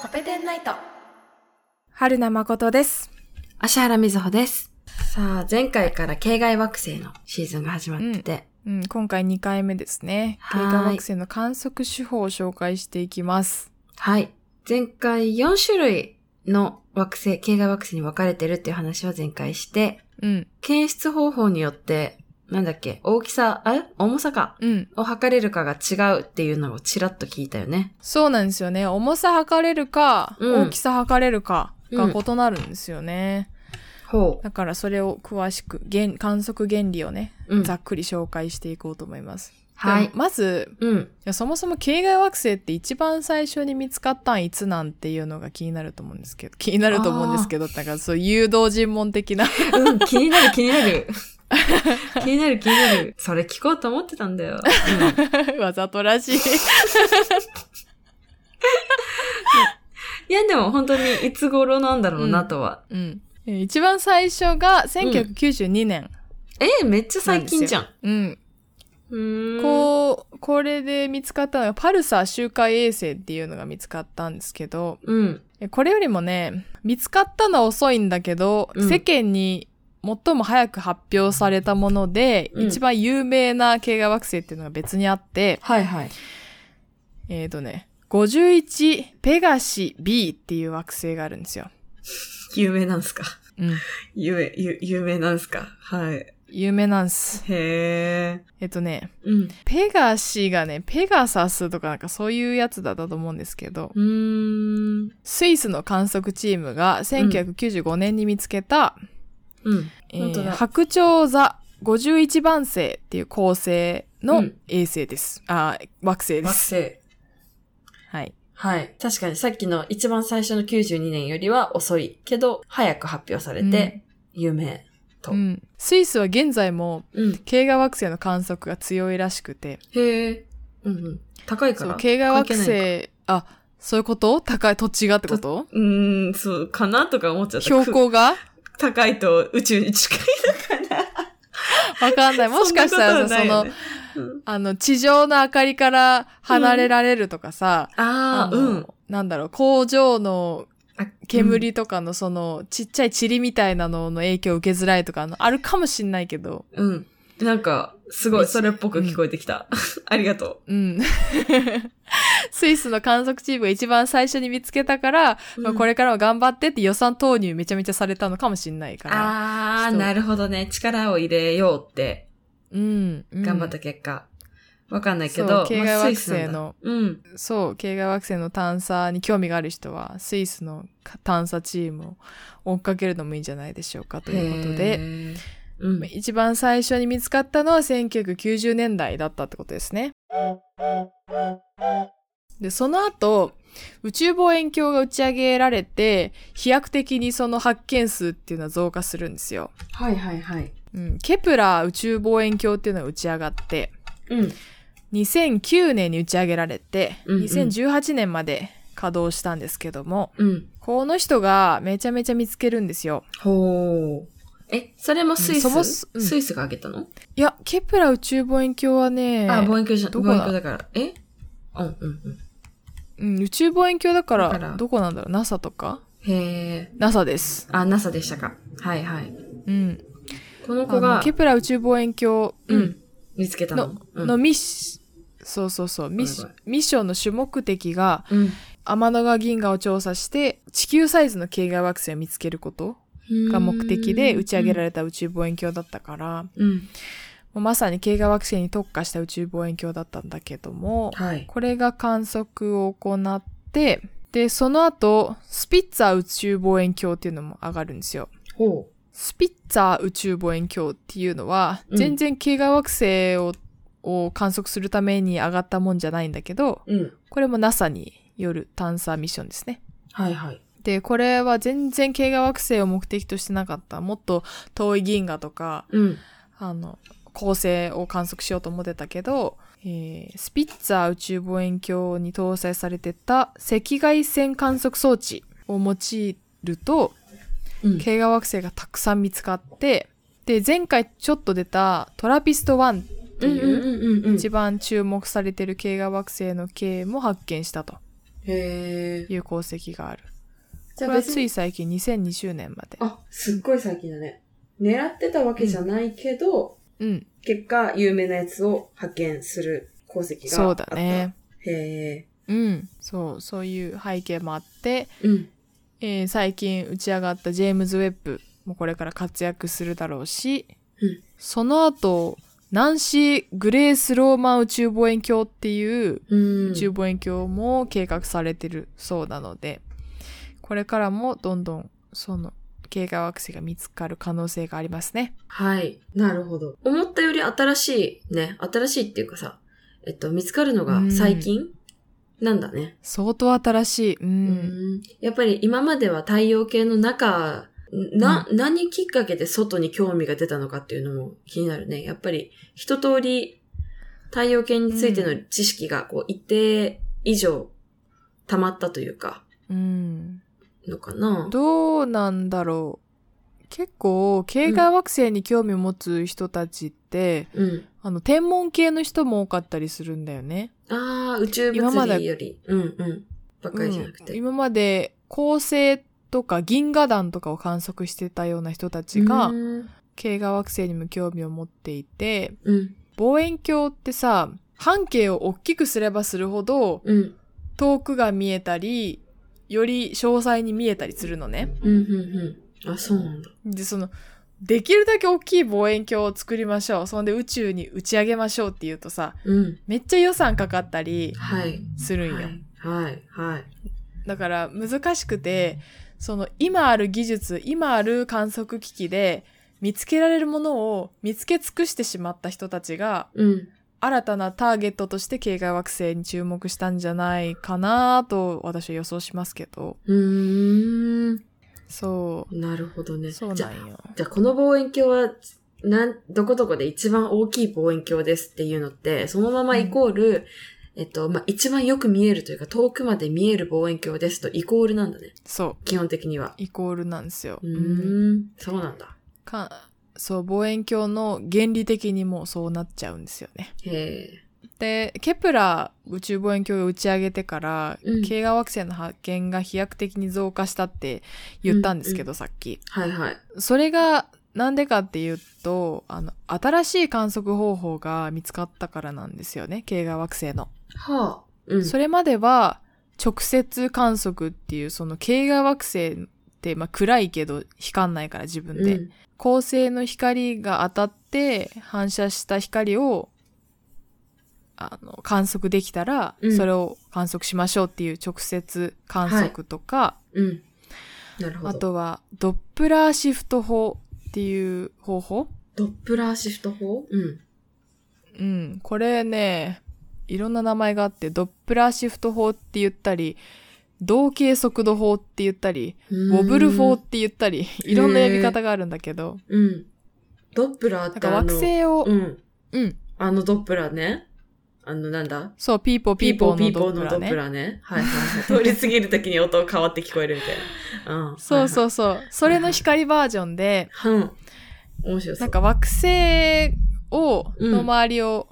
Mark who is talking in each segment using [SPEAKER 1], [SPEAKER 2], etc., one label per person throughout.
[SPEAKER 1] コペテンナイト。
[SPEAKER 2] 春名誠です。
[SPEAKER 1] 芦原瑞穂です。さあ、前回から系外惑星のシーズンが始まってて、
[SPEAKER 2] うん、今回2回目ですね。
[SPEAKER 1] は
[SPEAKER 2] 経
[SPEAKER 1] ーい
[SPEAKER 2] 過惑星の観測手法を紹介していきます。
[SPEAKER 1] はい。前回4種類の惑星、系外惑星に分かれてるっていう話を前回して、
[SPEAKER 2] うん、
[SPEAKER 1] 検出方法によって、なんだっけ、大きさ、あれ重さか。
[SPEAKER 2] うん。
[SPEAKER 1] を測れるかが違うっていうのをちらっと聞いたよね。
[SPEAKER 2] そうなんですよね。重さ測れるか、
[SPEAKER 1] うん
[SPEAKER 2] 大きさ測れるかが異なるんですよね。
[SPEAKER 1] ほ
[SPEAKER 2] だからそれを詳しく、原観測原理をね、
[SPEAKER 1] う。うん。
[SPEAKER 2] ざっくり紹介していこうと思います。
[SPEAKER 1] は
[SPEAKER 2] で
[SPEAKER 1] い
[SPEAKER 2] も。まず、
[SPEAKER 1] うん。
[SPEAKER 2] いやそもそも系外惑星って一番最初に見つかったんいつなんていうのが気になると思うんですけど、気になると思うんですけど、だからそう誘導尋問的な。
[SPEAKER 1] うん、気になる気になる。気になる気になる。それ聞こうと思ってたんだ よ。うん
[SPEAKER 2] わざとら しい。
[SPEAKER 1] いや、でも本当にいつ頃なんだろうなとは。
[SPEAKER 2] うん。一番最初が1992年。
[SPEAKER 1] えーめっちゃ最近じゃん。
[SPEAKER 2] うん。
[SPEAKER 1] うーん。
[SPEAKER 2] こう、これで見つかったのが、パルサー周回衛星っていうのが見つかったんですけど、
[SPEAKER 1] う。うん。
[SPEAKER 2] えこれよりもね、見つかったのは遅いんだけど、
[SPEAKER 1] うん
[SPEAKER 2] 世間に最も早く発表されたもので、
[SPEAKER 1] うん
[SPEAKER 2] 一番有名な系外惑星っていうのが別にあって、
[SPEAKER 1] はいはい。
[SPEAKER 2] えっ、ー、とね、51ペガシ B っていう惑星があるんですよ。
[SPEAKER 1] 有名なんすか
[SPEAKER 2] うん。
[SPEAKER 1] 有名、有有名なんすかはい。
[SPEAKER 2] 有名なんです。
[SPEAKER 1] へー。
[SPEAKER 2] えっ、とね、
[SPEAKER 1] うん。
[SPEAKER 2] ペガシがね、ペガサスとかなんかそういうやつだったと思うんですけど、
[SPEAKER 1] うーん。
[SPEAKER 2] スイスの観測チームが1995年に見つけた、
[SPEAKER 1] うん。
[SPEAKER 2] えー
[SPEAKER 1] 本当だ
[SPEAKER 2] 白鳥座51番星っていう恒星
[SPEAKER 1] う
[SPEAKER 2] の
[SPEAKER 1] ん
[SPEAKER 2] 衛星です。あー惑星で
[SPEAKER 1] 惑
[SPEAKER 2] す。
[SPEAKER 1] 星。
[SPEAKER 2] はい。
[SPEAKER 1] はい。確かにさっきの一番最初の92年よりは遅いけど、早く発表されて、有名と。
[SPEAKER 2] うん。スイスは現在も、
[SPEAKER 1] うん。
[SPEAKER 2] 系外惑星の観測が強いらしくて、
[SPEAKER 1] へえ。うんうん。高いか
[SPEAKER 2] そ
[SPEAKER 1] ら。
[SPEAKER 2] う、系外惑
[SPEAKER 1] 関係ない
[SPEAKER 2] 星、あ、そういうこと高い土地がって こと
[SPEAKER 1] うーん、そう、かなとか思っちゃった。
[SPEAKER 2] 標
[SPEAKER 1] く
[SPEAKER 2] 高が
[SPEAKER 1] 高いと宇宙に近 いのか
[SPEAKER 2] わかんない。
[SPEAKER 1] な。
[SPEAKER 2] もしかしたらさ、その、
[SPEAKER 1] その、
[SPEAKER 2] あの、地上の明かりから離れられるとかさ、
[SPEAKER 1] ああ、
[SPEAKER 2] の
[SPEAKER 1] うん。
[SPEAKER 2] なんだろう、工場の
[SPEAKER 1] あ
[SPEAKER 2] 煙とかのその、ちっちゃい塵みたいなのの影響を受けづらいとかの、あるかもしんないけど、
[SPEAKER 1] うん。なんか、すごい、それっぽく聞こえてきた。 ありがと
[SPEAKER 2] うん。 スイスの観測チームが一番最初に見つけたから、
[SPEAKER 1] う。
[SPEAKER 2] まあ、これからも頑張ってって予算投入めちゃめちゃされたのかもしんないから。
[SPEAKER 1] あ
[SPEAKER 2] ち
[SPEAKER 1] あ、
[SPEAKER 2] ょっと
[SPEAKER 1] なるほどね。力を入れようって、
[SPEAKER 2] うん。うん
[SPEAKER 1] 頑張った結果。わかんないけ
[SPEAKER 2] そう
[SPEAKER 1] ど、
[SPEAKER 2] 系
[SPEAKER 1] ま
[SPEAKER 2] 外
[SPEAKER 1] あ
[SPEAKER 2] 惑
[SPEAKER 1] スイスなん
[SPEAKER 2] 星
[SPEAKER 1] だ
[SPEAKER 2] の
[SPEAKER 1] うん。
[SPEAKER 2] そう、系外惑星の探査に興味がある人は、スイスの探査チームを追っかけるのもいいんじゃないでしょうかということ
[SPEAKER 1] へ
[SPEAKER 2] で、
[SPEAKER 1] ー。うん。
[SPEAKER 2] 一番最初に見つかったのは1990年代だったってことですね。で、その後、宇宙望遠鏡が打ち上げられて、飛躍的にその発見数っていうのは増加するんですよ。
[SPEAKER 1] はいはいはい。
[SPEAKER 2] うん、ケプラー宇宙望遠鏡っていうのが打ち上がって、
[SPEAKER 1] うん。
[SPEAKER 2] 2009年に打ち上げられて、
[SPEAKER 1] うんうん
[SPEAKER 2] 2018年まで稼働したんですけども、
[SPEAKER 1] うん。
[SPEAKER 2] この人がめちゃめちゃ見つけるんですよ。
[SPEAKER 1] ほう。え、それもスイス、
[SPEAKER 2] うんそもそうん
[SPEAKER 1] スイスが挙げたの
[SPEAKER 2] いや、ケプラ宇宙望遠鏡はね、
[SPEAKER 1] あ、望遠鏡じゃ、
[SPEAKER 2] ど
[SPEAKER 1] 望
[SPEAKER 2] こ
[SPEAKER 1] 遠
[SPEAKER 2] だ
[SPEAKER 1] 鏡だから。えうんうんうん。
[SPEAKER 2] うん、宇宙望遠鏡だか
[SPEAKER 1] だから
[SPEAKER 2] ら、どこなんだろう ?NASA とか
[SPEAKER 1] へえ。
[SPEAKER 2] ?NASA です。
[SPEAKER 1] あ、NASA でしたか。はいはい。
[SPEAKER 2] うん。
[SPEAKER 1] この
[SPEAKER 2] あ
[SPEAKER 1] 子
[SPEAKER 2] の
[SPEAKER 1] が、
[SPEAKER 2] ケプラ宇宙望遠鏡、
[SPEAKER 1] う、ん、見つけたの。
[SPEAKER 2] の、
[SPEAKER 1] うん、
[SPEAKER 2] のミッシ、そうそうそう、ミッシ
[SPEAKER 1] ごめん
[SPEAKER 2] ミッションの主目的が、
[SPEAKER 1] うん。
[SPEAKER 2] 天の川銀河を調査して、地球サイズの系外惑星を見つけることが目的で打ち上げら
[SPEAKER 1] れ
[SPEAKER 2] れた宇宙望遠鏡だったから、
[SPEAKER 1] うん。
[SPEAKER 2] もうまさに系外惑星に特化した宇宙望遠鏡だったんだけども、
[SPEAKER 1] はい。
[SPEAKER 2] これが観測を行って、で、その後、スピッツァー宇宙望遠鏡っていうのも上がるんですよ。
[SPEAKER 1] ほ
[SPEAKER 2] スピッツァー宇宙望遠鏡っていうのは、
[SPEAKER 1] うん
[SPEAKER 2] 全然系外惑星をを観測するために上がったもんじゃないんだけど、
[SPEAKER 1] う。うん。
[SPEAKER 2] これも NASA による探査ミッションですね。
[SPEAKER 1] はいはい。
[SPEAKER 2] で、これは全然系外惑星を目的としてなかった。もっと遠い銀河とか、
[SPEAKER 1] うん。
[SPEAKER 2] あの、恒星を観測しようと思ってたけど、えースピッツァー宇宙望遠鏡に搭載されてた赤外線観測装置を用いると、
[SPEAKER 1] うん、
[SPEAKER 2] 系外惑星がたくさん見つかって、で、前回ちょっと出たトラピスト1って
[SPEAKER 1] うんうん
[SPEAKER 2] いう
[SPEAKER 1] うんうん。
[SPEAKER 2] 一番注目されてる系外惑星の系も発見したと
[SPEAKER 1] へえ。
[SPEAKER 2] いう功績がある。
[SPEAKER 1] じゃあ
[SPEAKER 2] これは
[SPEAKER 1] 別
[SPEAKER 2] つ
[SPEAKER 1] に、
[SPEAKER 2] い最近2020年まで。
[SPEAKER 1] あ、すっごい最近だね。狙ってたわけじゃないけど、
[SPEAKER 2] うん。
[SPEAKER 1] 結果、有名なやつを派遣する功績が
[SPEAKER 2] そ
[SPEAKER 1] あ
[SPEAKER 2] う
[SPEAKER 1] った。
[SPEAKER 2] だね。。
[SPEAKER 1] へ
[SPEAKER 2] うん。そう、そういう背景もあって、
[SPEAKER 1] え。うん。
[SPEAKER 2] えー最近打ち上がったジェームズ・ウェッブもこれから活躍するだろうし、
[SPEAKER 1] うん
[SPEAKER 2] その後、ナンシー・グレース・ローマン宇宙望遠鏡っていう
[SPEAKER 1] うん。
[SPEAKER 2] 宇宙望遠鏡も計画されてるそうなので、これからもどんどんその計画惑星が見つかる可能性がありますね。
[SPEAKER 1] はい。なるほど。思ったより新しいね。新しいっていうかさ、えっと、見つかるのが最近、なんだね。
[SPEAKER 2] 相当新しい。
[SPEAKER 1] う
[SPEAKER 2] う。
[SPEAKER 1] んん。やっぱり今までは太陽系の中、な、何きっかけで外に興味が出たのかっていうのも気になるね。やっぱり一通り太陽系についての知識がこう一定以上溜まったというか、
[SPEAKER 2] うん。
[SPEAKER 1] のかな。
[SPEAKER 2] どうなんだろう。結構、系外惑星に興味を持つ人たちって、
[SPEAKER 1] うん。
[SPEAKER 2] あの、天文系の人も多かったりするんだよね。
[SPEAKER 1] ああ、宇宙
[SPEAKER 2] 今ま
[SPEAKER 1] 物
[SPEAKER 2] で
[SPEAKER 1] 理より、うんうん。ばっかりじゃなく
[SPEAKER 2] うん
[SPEAKER 1] て。
[SPEAKER 2] 今まで、恒星とか銀河団とかを観測してたような人たちが、
[SPEAKER 1] うん。
[SPEAKER 2] 系外惑星にも興味を持っていて、
[SPEAKER 1] うん。
[SPEAKER 2] 望遠鏡ってさ、半径を大きくすればするほど、
[SPEAKER 1] うん。
[SPEAKER 2] 遠くが見えたり、より詳細に見えたりするのね。
[SPEAKER 1] うん。うん。あ、そうなんだ。
[SPEAKER 2] で、その、できるだけ大きい望遠鏡を作りましょう。そんで宇宙に打ち上げましょうっていうとさ、
[SPEAKER 1] うん。
[SPEAKER 2] めっちゃ予算かかったり
[SPEAKER 1] はい。
[SPEAKER 2] するんよ。
[SPEAKER 1] はい。はい。はい。
[SPEAKER 2] だから難しくて、その今ある技術、今ある観測機器で見つけられるものを見つけ尽くしてしまった人たちが、
[SPEAKER 1] うん。
[SPEAKER 2] 新たなターゲットとして系外惑星に注目したんじゃないかなと私は予想しますけど。
[SPEAKER 1] うーん。
[SPEAKER 2] そ
[SPEAKER 1] なるほど
[SPEAKER 2] う。
[SPEAKER 1] ね。
[SPEAKER 2] そう
[SPEAKER 1] じ
[SPEAKER 2] な
[SPEAKER 1] ゃ
[SPEAKER 2] んよ。
[SPEAKER 1] じゃあこの望遠鏡は、なん、どこどこで一番大きい望遠鏡ですっていうのって、そのままイコール、えっと、まあ、一番よく見えるというか、遠くまで見える望遠鏡ですとイコールなんだね。
[SPEAKER 2] そう。
[SPEAKER 1] 基本的には。
[SPEAKER 2] イコールなんですよ。
[SPEAKER 1] う
[SPEAKER 2] うん
[SPEAKER 1] ーん。そうなんだ。
[SPEAKER 2] かそう、望遠鏡の原理的にもうそうなっちゃうんですよね。
[SPEAKER 1] へえ。
[SPEAKER 2] で、ケプラー宇宙望遠鏡を打ち上げてから、
[SPEAKER 1] うん
[SPEAKER 2] 系外惑星の発見が飛躍的に増加したって言ったんですけど、さっき。
[SPEAKER 1] はいはい。
[SPEAKER 2] それがなんでかっていうと、あの、新しい観測方法が見つかったからなんですよね、系外惑星の。
[SPEAKER 1] はあ。うん。
[SPEAKER 2] それまでは、直接観測っていう、その系外惑星って、まあ暗いけど光んないから自分で。
[SPEAKER 1] うん
[SPEAKER 2] 恒星の光が当たって反射した光をあの観測できたら、
[SPEAKER 1] うん
[SPEAKER 2] それを観測しましょうっていう直接観測とか、
[SPEAKER 1] うん。なるほど。
[SPEAKER 2] あ、とはドップラーシフト法っていう方法
[SPEAKER 1] ドップラーシフト法うん。
[SPEAKER 2] うん。これね、いろんな名前があって、ドップラーシフト法って言ったり、同型速度法って言ったり、ウォブル法
[SPEAKER 1] 法
[SPEAKER 2] って言ったり、いろんな呼び方があるんだけど、
[SPEAKER 1] うん。ドップラー
[SPEAKER 2] な
[SPEAKER 1] っ
[SPEAKER 2] ん
[SPEAKER 1] て
[SPEAKER 2] か
[SPEAKER 1] あ
[SPEAKER 2] 惑
[SPEAKER 1] の、
[SPEAKER 2] 星を、
[SPEAKER 1] うん。
[SPEAKER 2] うん、
[SPEAKER 1] あのドップラーね。あの、なんだ
[SPEAKER 2] そう、ピーポーピーポー
[SPEAKER 1] ピ
[SPEAKER 2] の
[SPEAKER 1] ーポ
[SPEAKER 2] ド
[SPEAKER 1] ー
[SPEAKER 2] ップ
[SPEAKER 1] の
[SPEAKER 2] ラ
[SPEAKER 1] ド
[SPEAKER 2] ー
[SPEAKER 1] ップ
[SPEAKER 2] ね。
[SPEAKER 1] ラーね。はいはいはい。通り過ぎるときに音変わって聞こえるみたいな。うん。。
[SPEAKER 2] そうそううそう。それの光バージョンで、
[SPEAKER 1] はいはいうん。面白そ
[SPEAKER 2] な。
[SPEAKER 1] うん
[SPEAKER 2] か惑星を、
[SPEAKER 1] うん
[SPEAKER 2] の周りを、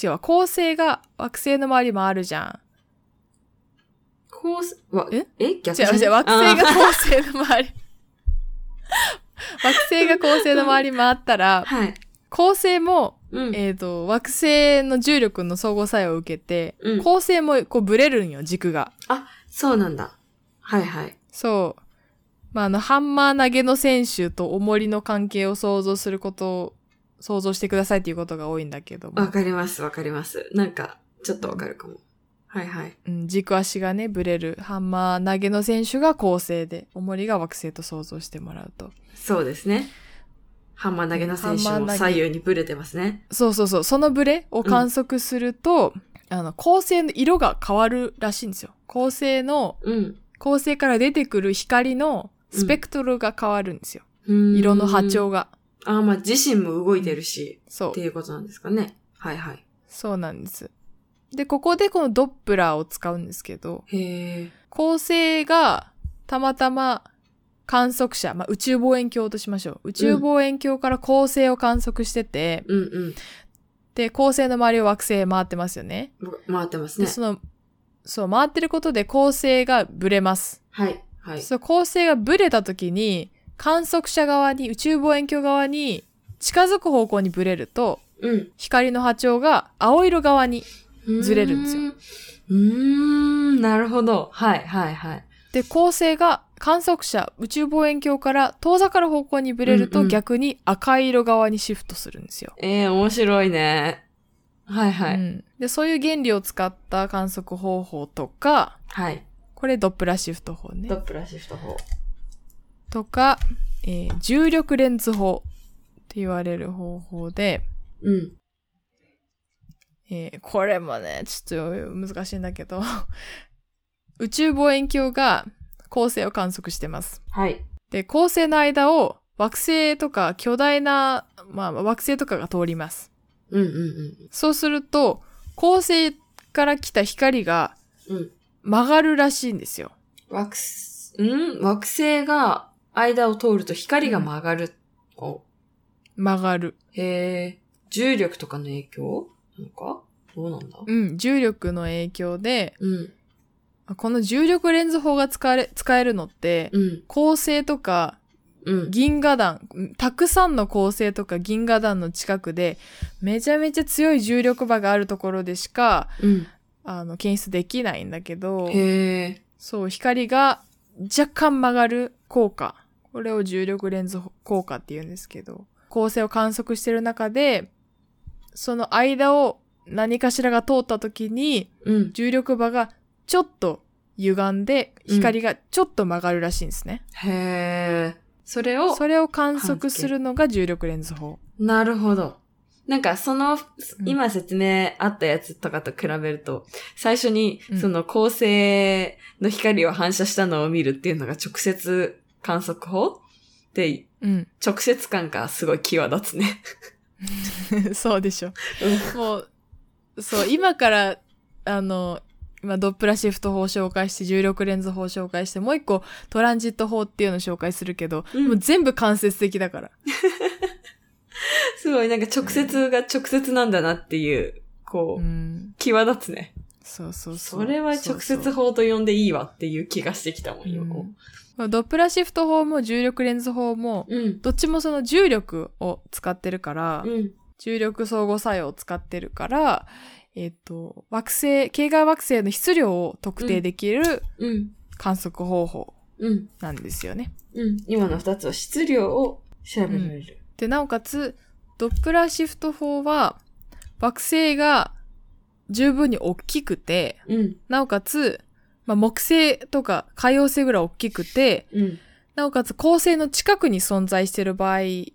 [SPEAKER 2] 違うわ、恒星が惑星の周り回るじゃ
[SPEAKER 1] こうす、わ
[SPEAKER 2] え
[SPEAKER 1] え
[SPEAKER 2] ん。
[SPEAKER 1] 逆
[SPEAKER 2] 違う、違う、惑星が恒星の周り。惑星が恒星の周り回った
[SPEAKER 1] あー
[SPEAKER 2] ら、
[SPEAKER 1] はい。
[SPEAKER 2] 恒星も、
[SPEAKER 1] うん。
[SPEAKER 2] えっ、と、惑星の重力の相互作用を受けて、
[SPEAKER 1] うん
[SPEAKER 2] 恒星もこうブレるんよ、軸が。
[SPEAKER 1] そうなんだ。はいはい。
[SPEAKER 2] そう。まあ、あの、ハンマー投げの選手と重りの関係を想像すること、想像してくださいっていうことが多いんだけど
[SPEAKER 1] わ
[SPEAKER 2] も、
[SPEAKER 1] かりますわかります。なんか、ちょっとわかるかも。はいはい。
[SPEAKER 2] うん、軸足がね、ブレる。ハンマー投げの選手が恒星で、重りが惑星と想像してもらうと。
[SPEAKER 1] そうですね。ハンマー投げの選手
[SPEAKER 2] ハンマ
[SPEAKER 1] も
[SPEAKER 2] ー投げ
[SPEAKER 1] 左右にブレてますね。
[SPEAKER 2] そうそうそう、そのブレを観測すると、あの、恒星の色が変わるらしいんですよ。恒星の、
[SPEAKER 1] うん。
[SPEAKER 2] 恒星から出てくる光のスペクトルが変わるんですよ。
[SPEAKER 1] うん
[SPEAKER 2] 色の波。長が。
[SPEAKER 1] ああ、まあ自身も動いてるし、
[SPEAKER 2] そう
[SPEAKER 1] って。いうことなんですかね。はいはい。
[SPEAKER 2] そうなんです。で、ここでこのドップラーを使うんですけど、
[SPEAKER 1] へえ。
[SPEAKER 2] 恒星がたまたま観測者、まあ、宇宙望遠鏡としましょう。宇宙望遠鏡から恒星を観測してて、
[SPEAKER 1] うんうん
[SPEAKER 2] で、恒星の周りを惑星回ってますよね。
[SPEAKER 1] ぼ。回ってます
[SPEAKER 2] で、
[SPEAKER 1] ね。
[SPEAKER 2] その、そう、回ってることで構成がブレます。
[SPEAKER 1] はい。はい。
[SPEAKER 2] そう、構成がブレた時に、観測者側に、宇宙望遠鏡側に近づく方向にブレると、
[SPEAKER 1] うん。
[SPEAKER 2] 光の波長が青色側に。ずれるんですよ
[SPEAKER 1] うーん。うーん、なるほど。はい、はい、はい。
[SPEAKER 2] で、構成が観測者、宇宙望遠鏡から遠ざかる方向にブレる
[SPEAKER 1] うん
[SPEAKER 2] と
[SPEAKER 1] うん
[SPEAKER 2] 逆に赤い色側にシフトするんですよ。
[SPEAKER 1] ええ面白いね。はい、はい。
[SPEAKER 2] うんで、そういう原理を使った観測方法とか、
[SPEAKER 1] はい。
[SPEAKER 2] これドップラーシフト法ね
[SPEAKER 1] ド。ップラーシフト法。
[SPEAKER 2] とか、えー重力レンズ法って言われる方法で、
[SPEAKER 1] うん。
[SPEAKER 2] えーこれもね、ちょっと難しいんだけど、 宇宙望遠鏡が恒星を観測してます。
[SPEAKER 1] はい。
[SPEAKER 2] で、恒星の間を惑星とか巨大な、まあ、惑星とかが通ります。
[SPEAKER 1] うん、うん、
[SPEAKER 2] そうすると、恒星から来た光が
[SPEAKER 1] うん。うん。
[SPEAKER 2] 曲がるらしいんですよ。
[SPEAKER 1] 惑星、ん惑星が間を通ると光が曲がる。お
[SPEAKER 2] 曲がる。
[SPEAKER 1] へえ。重力とかの影響なんかどうなんだ
[SPEAKER 2] うん、重力の影響で、
[SPEAKER 1] うん。
[SPEAKER 2] この重力レンズ法が使われ、使えるのって、
[SPEAKER 1] うん。
[SPEAKER 2] 恒星とか
[SPEAKER 1] うん。
[SPEAKER 2] 銀河団、たくさんの恒星とか銀河団の近くで、めちゃめちゃ強い重力場があるところでしか、
[SPEAKER 1] うん。
[SPEAKER 2] あの、検出できないんだけど、
[SPEAKER 1] へえ。
[SPEAKER 2] そう、光が若干曲がる効果。これを重力レンズ効果って言うんですけど、恒星を観測してる中で、その間を何かしらが通った時に、
[SPEAKER 1] うん。
[SPEAKER 2] 重力場がちょっと歪んで、光がちょっと曲がるらしいんですね。
[SPEAKER 1] へえ。それを、
[SPEAKER 2] それを観測するのが重力レンズ法。
[SPEAKER 1] なるほど。なんかその、
[SPEAKER 2] ん
[SPEAKER 1] 今説明あったやつとかと比べると、最初に
[SPEAKER 2] うん
[SPEAKER 1] その恒星の光を反射したのを見るっていうのが直接観測法で、
[SPEAKER 2] うん。
[SPEAKER 1] 直接感がすごい際立つね。
[SPEAKER 2] そうでしょ。もう、そう、今から、あの、今、ドップラシフト法を紹介して、重力レンズ法を紹介して、もう一個、トランジット法っていうのを紹介するけど、
[SPEAKER 1] うん
[SPEAKER 2] もう全部間接的だから。
[SPEAKER 1] すごいなんか直接が直接なんだなっていう、こ
[SPEAKER 2] う
[SPEAKER 1] う、
[SPEAKER 2] ん。
[SPEAKER 1] 際立つね。
[SPEAKER 2] そうそうそう。
[SPEAKER 1] それは直接法と呼んでいいわっていう気がしてきたもん、
[SPEAKER 2] う
[SPEAKER 1] 今。
[SPEAKER 2] んまあドップラシフト法も重力レンズ法も、
[SPEAKER 1] うん。
[SPEAKER 2] どっちもその重力を使ってるから、
[SPEAKER 1] うん。
[SPEAKER 2] 重力相互作用を使ってるから、えっ、と、惑星、系外惑星の質量を特定できる
[SPEAKER 1] うん。
[SPEAKER 2] 観測方法
[SPEAKER 1] うん。
[SPEAKER 2] なんですよね。
[SPEAKER 1] うん。今の二つは質量を調べられる。
[SPEAKER 2] で、なおかつ、ドップラーシフト法は、惑星が十分に大きくて、
[SPEAKER 1] うん。
[SPEAKER 2] なおかつ、まあ、木星とか海洋星ぐらい大きくて、
[SPEAKER 1] うん。
[SPEAKER 2] なおかつ恒星の近くに存在している場合に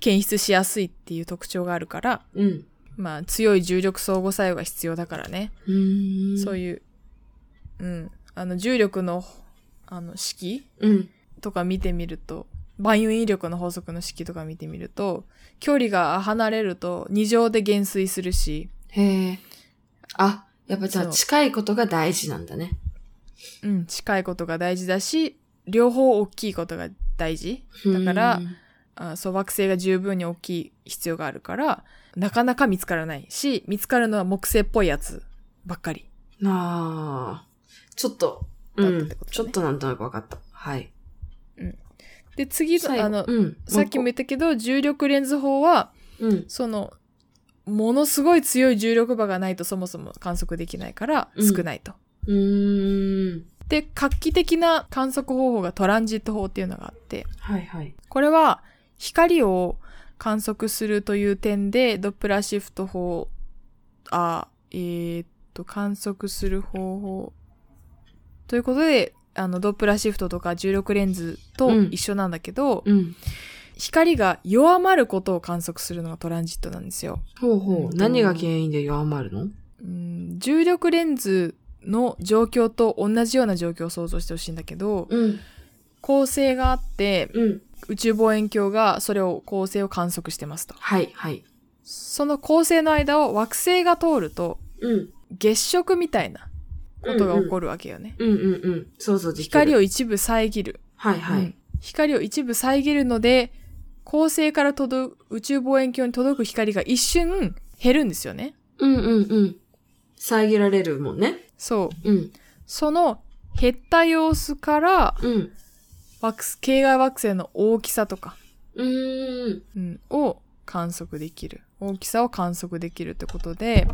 [SPEAKER 2] 検出しやすいっていう特徴があるから、
[SPEAKER 1] うん。
[SPEAKER 2] まあ強い重力相互作用が必要だからね。
[SPEAKER 1] うーん
[SPEAKER 2] そういう、うん、あの重力の、あの式
[SPEAKER 1] うん。
[SPEAKER 2] とか見てみると、万有引力の法則の式とか見てみると、距離が離れると二乗で減衰するし、
[SPEAKER 1] へえ。あ、やっぱじゃあ
[SPEAKER 2] そう
[SPEAKER 1] 近いことが大事なんだね。
[SPEAKER 2] うん、近いことが大事だし、両方大きいことが大事。だから
[SPEAKER 1] うん、
[SPEAKER 2] あそう、惑星が十分に大きい必要があるから、なかなか見つからないし、見つかるのは木星っぽいやつばっかり。
[SPEAKER 1] なあ、ちょっと、
[SPEAKER 2] だ
[SPEAKER 1] う
[SPEAKER 2] ったっ
[SPEAKER 1] ん、
[SPEAKER 2] てことね
[SPEAKER 1] ちょっとなんとなく分かった。はい。
[SPEAKER 2] で、次の、あの、
[SPEAKER 1] うん、
[SPEAKER 2] さっきも言ったけど、重力レンズ法は、
[SPEAKER 1] うん、
[SPEAKER 2] その、ものすごい強い重力場がないとそもそも観測できないから
[SPEAKER 1] うん
[SPEAKER 2] 少ないと。
[SPEAKER 1] うーん、
[SPEAKER 2] で、画期的な観測方法がトランジット法っていうのがあって、
[SPEAKER 1] はいはい。
[SPEAKER 2] これは光を観測するという点でドップラーシフト法、あ、えーっと、観測する方法。ということで、あの、ドップラーシフトとか重力レンズと一緒なんだけど、
[SPEAKER 1] うん。
[SPEAKER 2] 光が弱まることを観測するのがトランジットなんですよ。
[SPEAKER 1] ほうほ
[SPEAKER 2] うん
[SPEAKER 1] う。何が原因で弱まるの
[SPEAKER 2] うん重力レンズの状況と同じような状況を想像してほしいんだけど、
[SPEAKER 1] うん、
[SPEAKER 2] 恒星があって、
[SPEAKER 1] うん。
[SPEAKER 2] 宇宙望遠鏡がそれを恒星を観測してますと。
[SPEAKER 1] はいはい。
[SPEAKER 2] その恒星の間を惑星が通ると、
[SPEAKER 1] うん。
[SPEAKER 2] 月食みたいなことが起こるわけよね。
[SPEAKER 1] うんうんうん。そうそう、
[SPEAKER 2] 光
[SPEAKER 1] を。
[SPEAKER 2] を一部遮る。
[SPEAKER 1] はいは
[SPEAKER 2] うん
[SPEAKER 1] い。
[SPEAKER 2] 光を一部遮るので、恒星から届く、宇宙望遠鏡に届く光が一瞬減るんですよね。
[SPEAKER 1] うんうんうん。遮られるもんね。
[SPEAKER 2] そう。
[SPEAKER 1] うん。
[SPEAKER 2] その減った様子から、
[SPEAKER 1] うん。
[SPEAKER 2] 惑星、系外惑星の大きさとか、
[SPEAKER 1] うーん。
[SPEAKER 2] うん、を観測できる。大きさを観測できるってことで、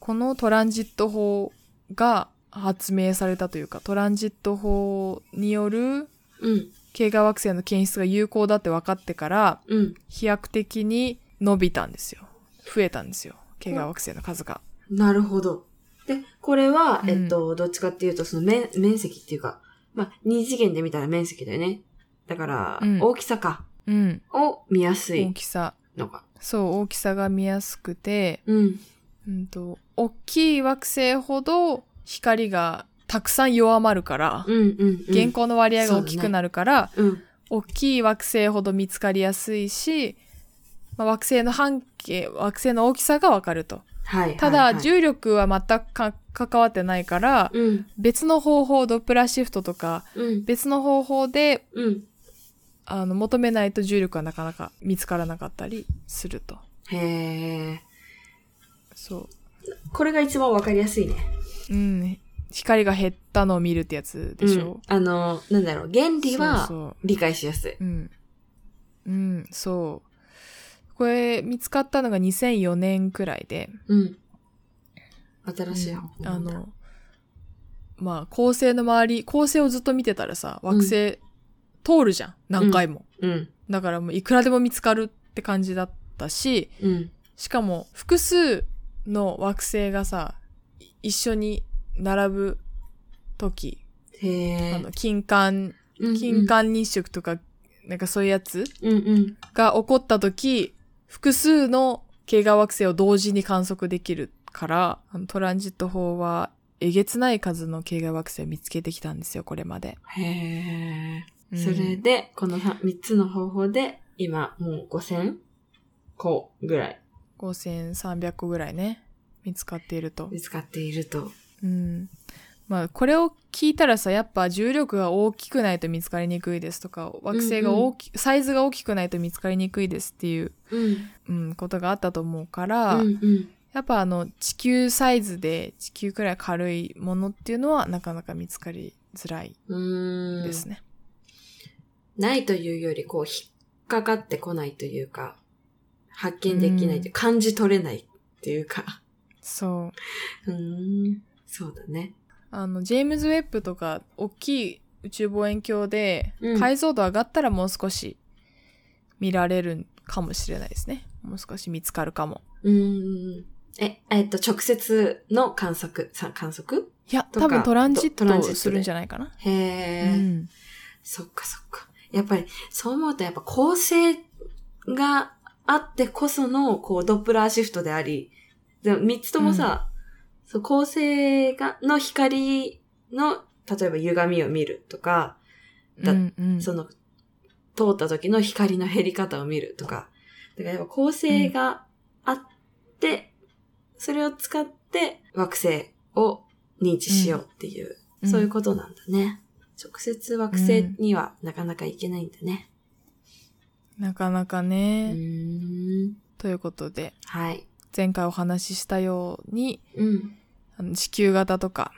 [SPEAKER 2] このトランジット法が発明されたというか、トランジット法による
[SPEAKER 1] うん。
[SPEAKER 2] 系外惑星の検出が有効だって分かってから、
[SPEAKER 1] うん。
[SPEAKER 2] 飛躍的に伸びたんですよ。増えたんですよ。系外惑星の数が。
[SPEAKER 1] なるほど。で、これは、
[SPEAKER 2] うん
[SPEAKER 1] えっと、どっちかっていうと、その面、面積っていうか、まあ、二次元で見たら面積だよね。だから、
[SPEAKER 2] うん
[SPEAKER 1] 大きさか、
[SPEAKER 2] うん。
[SPEAKER 1] を見やす
[SPEAKER 2] 大
[SPEAKER 1] い
[SPEAKER 2] きさ。
[SPEAKER 1] のか。
[SPEAKER 2] そう、大きさが見やすくて、
[SPEAKER 1] うん。
[SPEAKER 2] うんと、大きい惑星ほど光がたくさん弱まるから
[SPEAKER 1] う、ん、うん、うん。
[SPEAKER 2] 原光の割合が大きくなるから、
[SPEAKER 1] うん。
[SPEAKER 2] 大きい惑星ほど見つかりやすいし、まあ、惑星の半径、惑星の大きさがわかると。
[SPEAKER 1] はい。
[SPEAKER 2] た
[SPEAKER 1] はい
[SPEAKER 2] だ、
[SPEAKER 1] はい
[SPEAKER 2] 重力は全くか関わってないから、
[SPEAKER 1] うん、
[SPEAKER 2] 別の方法、ドップラーシフトとか、
[SPEAKER 1] うん、
[SPEAKER 2] 別の方法で
[SPEAKER 1] うん。
[SPEAKER 2] あの求めないと重力はなかなか見つからなかったりすると。
[SPEAKER 1] へえ。
[SPEAKER 2] そ
[SPEAKER 1] これが一番わかりやすいね。
[SPEAKER 2] う。うん。光が減ったのを見るってやつでしょ。
[SPEAKER 1] うんあの、なんだろう、原理は
[SPEAKER 2] そうそ
[SPEAKER 1] 理解しやすい。
[SPEAKER 2] う。うん。うん、そう。これ見つかったのが2004年くらいで。
[SPEAKER 1] うん。新しい方法
[SPEAKER 2] うん
[SPEAKER 1] な
[SPEAKER 2] あ
[SPEAKER 1] んだ。
[SPEAKER 2] の、まあ、恒星の周り、恒星をずっと見てたらさ、惑星、通るじゃん。何回も。
[SPEAKER 1] うん、
[SPEAKER 2] だからもういくらでも見つかるって感じだったし、
[SPEAKER 1] うん、
[SPEAKER 2] しかも複数の惑星がさ、い一緒に並ぶ時、
[SPEAKER 1] へえ。
[SPEAKER 2] あの、金環、
[SPEAKER 1] うんうん
[SPEAKER 2] 金環日食とか、なんかそういうやつ
[SPEAKER 1] うん、うん。
[SPEAKER 2] が起こった時、複数の系外惑星を同時に観測できるから、あのトランジット法はえげつない数の系外惑星を見つけてきたんですよ、これまで。
[SPEAKER 1] へえ。
[SPEAKER 2] うん
[SPEAKER 1] それで、このさ三つの方法で、今、もう5000個ぐらい
[SPEAKER 2] 5300個ぐらいね、見つかっていると。
[SPEAKER 1] 見つかっていると。
[SPEAKER 2] うん。まあ、これを聞いたらさ、やっぱ重力が大きくないと見つかりにくいですとか、惑星が大き、サイズが大きくないと見つかりにくいですっていう、
[SPEAKER 1] うん。
[SPEAKER 2] うん、ことがあったと思うか
[SPEAKER 1] う
[SPEAKER 2] ら、
[SPEAKER 1] ん、うん。
[SPEAKER 2] やっぱあの、地球サイズで地球くらい軽いものっていうのはなかなか見つかりづらいう
[SPEAKER 1] ーん。
[SPEAKER 2] ですね。
[SPEAKER 1] ないというより、こう、引っかかってこないというか、発見できないという、感じ取れないっていうか。
[SPEAKER 2] そ う。
[SPEAKER 1] うーん。そうだね。
[SPEAKER 2] あの、ジェームズ・ウェッブとか、大きい宇宙望遠鏡で
[SPEAKER 1] う、ん
[SPEAKER 2] 解像度上がったらもう少し見られるかもしれないですね。もう少し見つかるかも。
[SPEAKER 1] うーん。え、えっと、直接の観測、さ観測
[SPEAKER 2] いや、
[SPEAKER 1] とか
[SPEAKER 2] 多分トランジッ
[SPEAKER 1] トトランジ
[SPEAKER 2] ト
[SPEAKER 1] ットです
[SPEAKER 2] るんじゃないかな。
[SPEAKER 1] へ
[SPEAKER 2] う
[SPEAKER 1] え、
[SPEAKER 2] ん。
[SPEAKER 1] そっかそっか。やっぱり、そう思うと、やっぱ構成があってこその、こう、ドップラーシフトであり、でも三つともさ、そう構成が、の光の、例えば歪みを見るとか、だ
[SPEAKER 2] うんうん
[SPEAKER 1] その、通った時の光の減り方を見るとか。だからやっぱ構成があって、それを使って惑星を認知しようっていう、
[SPEAKER 2] うん
[SPEAKER 1] そういうことなんだね。直接惑星にはなかなか行けないんだね。
[SPEAKER 2] なかなか
[SPEAKER 1] う
[SPEAKER 2] ね、
[SPEAKER 1] ーん。
[SPEAKER 2] ということで、
[SPEAKER 1] はい。
[SPEAKER 2] 前回お話ししたように、
[SPEAKER 1] うん。
[SPEAKER 2] あの地球型とか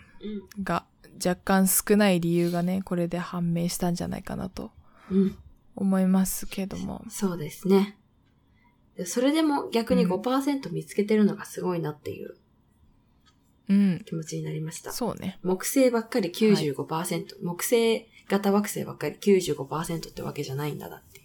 [SPEAKER 1] うん。
[SPEAKER 2] が若干少ない理由がね、これで判明したんじゃないかなと
[SPEAKER 1] うん。
[SPEAKER 2] 思いますけども。
[SPEAKER 1] そうですね。でそれでも逆に
[SPEAKER 2] うん
[SPEAKER 1] 5%見つけてるのがすごいなっていう
[SPEAKER 2] うん。
[SPEAKER 1] 気持ちになりました。
[SPEAKER 2] そうね。
[SPEAKER 1] 木星ばっかり95%、木星型惑星ばっかり95%ってわけじゃないんだなってい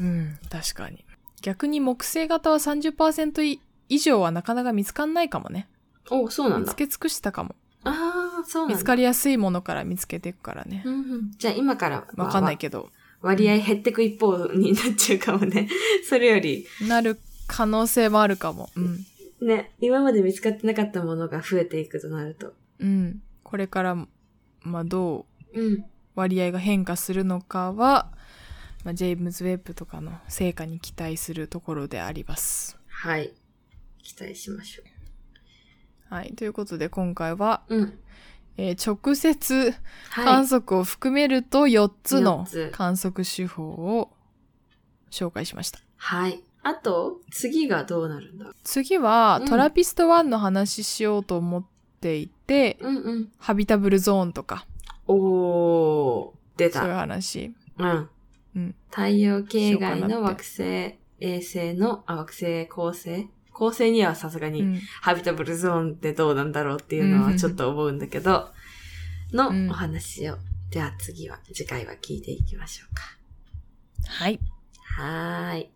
[SPEAKER 1] う。
[SPEAKER 2] うん。確かに。逆に木星型は30%い以上はなかなか見つかんないかもね。
[SPEAKER 1] おそうなん
[SPEAKER 2] 見
[SPEAKER 1] だ
[SPEAKER 2] つ。け尽くしたかも。
[SPEAKER 1] ああ、そうなんだ。
[SPEAKER 2] 見つかりやすいものから見つけていくからね
[SPEAKER 1] う。んうん、じゃあ今からは
[SPEAKER 2] わかんないけど。
[SPEAKER 1] 割合減ってく一方になっちゃうかもね。 それより、
[SPEAKER 2] なる可能性もあるかも。うん。
[SPEAKER 1] ね、今まで見つかってなかったものが増えていくとなると。
[SPEAKER 2] うん。これからも、まあ、どう
[SPEAKER 1] うん。
[SPEAKER 2] 割合が変化するのかは、まあ、ジェームズ・ウェッブとかの成果に期待するところであります。
[SPEAKER 1] はい。期待しましょ
[SPEAKER 2] はい。ということで、今回は、
[SPEAKER 1] う。うん。
[SPEAKER 2] えー直接
[SPEAKER 1] は
[SPEAKER 2] 観
[SPEAKER 1] い。
[SPEAKER 2] 測を含めると4つの
[SPEAKER 1] 四つ
[SPEAKER 2] 観測手法を紹介しました。
[SPEAKER 1] はい。あと、次がどうなるんだ
[SPEAKER 2] 次は、
[SPEAKER 1] うん
[SPEAKER 2] トラピスト1の話しようと思っていて、
[SPEAKER 1] うんうん。
[SPEAKER 2] ハビタブルゾーンとか、
[SPEAKER 1] おー、出
[SPEAKER 2] そういう
[SPEAKER 1] た。
[SPEAKER 2] 話。
[SPEAKER 1] うん。
[SPEAKER 2] うん
[SPEAKER 1] 太陽系外
[SPEAKER 2] しようか
[SPEAKER 1] の
[SPEAKER 2] なっ
[SPEAKER 1] 惑星、衛星の、あ、惑星、恒星恒星にはさすがに、
[SPEAKER 2] うん
[SPEAKER 1] ハビタブルゾーンってどうなんだろうっていうの
[SPEAKER 2] う
[SPEAKER 1] は
[SPEAKER 2] ん
[SPEAKER 1] ちょっと思うんだけど、
[SPEAKER 2] うん
[SPEAKER 1] のお話を。では次は、次回は聞いていきましょうか。
[SPEAKER 2] はい。
[SPEAKER 1] はーい。